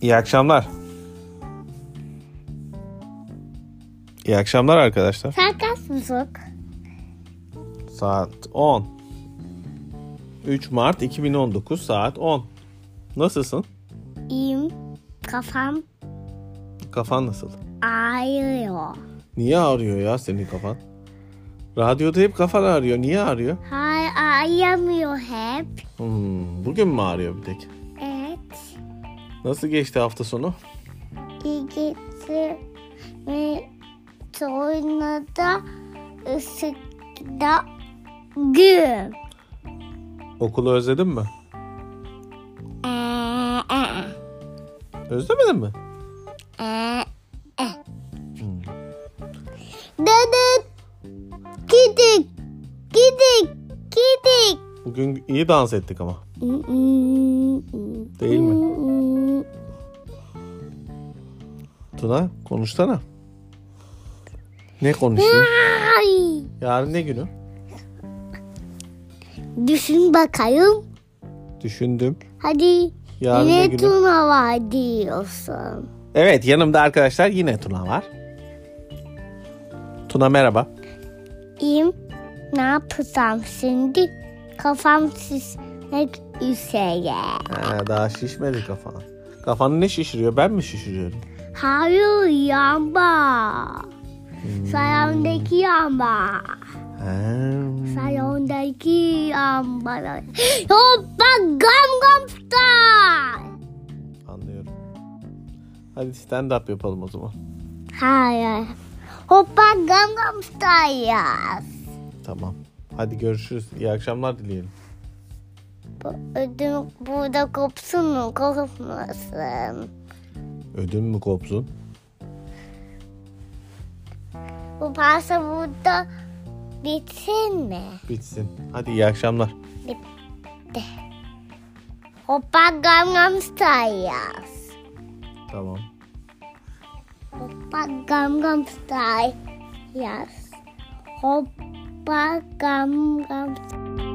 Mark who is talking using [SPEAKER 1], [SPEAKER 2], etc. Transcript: [SPEAKER 1] İyi akşamlar. İyi akşamlar arkadaşlar.
[SPEAKER 2] Sen kaç bozuk?
[SPEAKER 1] Saat 10. 3 Mart 2019 saat 10. Nasılsın?
[SPEAKER 2] İyiyim. Kafam
[SPEAKER 1] Kafan nasıl?
[SPEAKER 2] ağrıyor.
[SPEAKER 1] Niye ağrıyor ya senin kafan? Radyoda hep kafan ağrıyor. Niye ağrıyor?
[SPEAKER 2] Hayır ağrıyamıyor hep.
[SPEAKER 1] Hmm, bugün mü ağrıyor bir tek?
[SPEAKER 2] Evet.
[SPEAKER 1] Nasıl geçti hafta sonu?
[SPEAKER 2] İyi gitti. Ve sonra da ısıkta güm.
[SPEAKER 1] Okulu özledin mi?
[SPEAKER 2] Ee, ee,
[SPEAKER 1] Özlemedin mi?
[SPEAKER 2] ee, ee. Dedik. Gidik. Gidik. Gidik.
[SPEAKER 1] Bugün iyi dans ettik ama. Değil
[SPEAKER 2] Değil mi?
[SPEAKER 1] Tuna konuşsana. Ne konuşuyor?
[SPEAKER 2] Ay.
[SPEAKER 1] Yarın ne günü?
[SPEAKER 2] Düşün bakayım.
[SPEAKER 1] Düşündüm.
[SPEAKER 2] Hadi
[SPEAKER 1] Yarın ne
[SPEAKER 2] ne
[SPEAKER 1] günü?
[SPEAKER 2] tuna var diyorsun.
[SPEAKER 1] Evet yanımda arkadaşlar yine Tuna var. Tuna merhaba.
[SPEAKER 2] İyiyim. Ne yapacağım şimdi? Kafam şişmek üzere.
[SPEAKER 1] Ha, Ee, daha şişmedi kafan. Kafanı ne şişiriyor? Ben mi şişiriyorum?
[SPEAKER 2] Hayır yamba.
[SPEAKER 1] Hmm.
[SPEAKER 2] Salondaki yamba.
[SPEAKER 1] Ha.
[SPEAKER 2] Salondaki yamba. Hoppa gam gam star.
[SPEAKER 1] Anlıyorum. Hadi stand up yapalım o zaman.
[SPEAKER 2] Hayır. Hoppa gam gam star yaz.
[SPEAKER 1] Tamam. Hadi görüşürüz. İyi akşamlar dileyelim.
[SPEAKER 2] Bu ödüm burada kopsun mu kopmasın.
[SPEAKER 1] Ödün mü kopsun?
[SPEAKER 2] Bu parça burada bitsin mi?
[SPEAKER 1] Bitsin. Hadi iyi akşamlar.
[SPEAKER 2] Hoppa Gangnam Style yaz.
[SPEAKER 1] Tamam.
[SPEAKER 2] Hoppa Gangnam Style yaz. Hoppa Gangnam Style.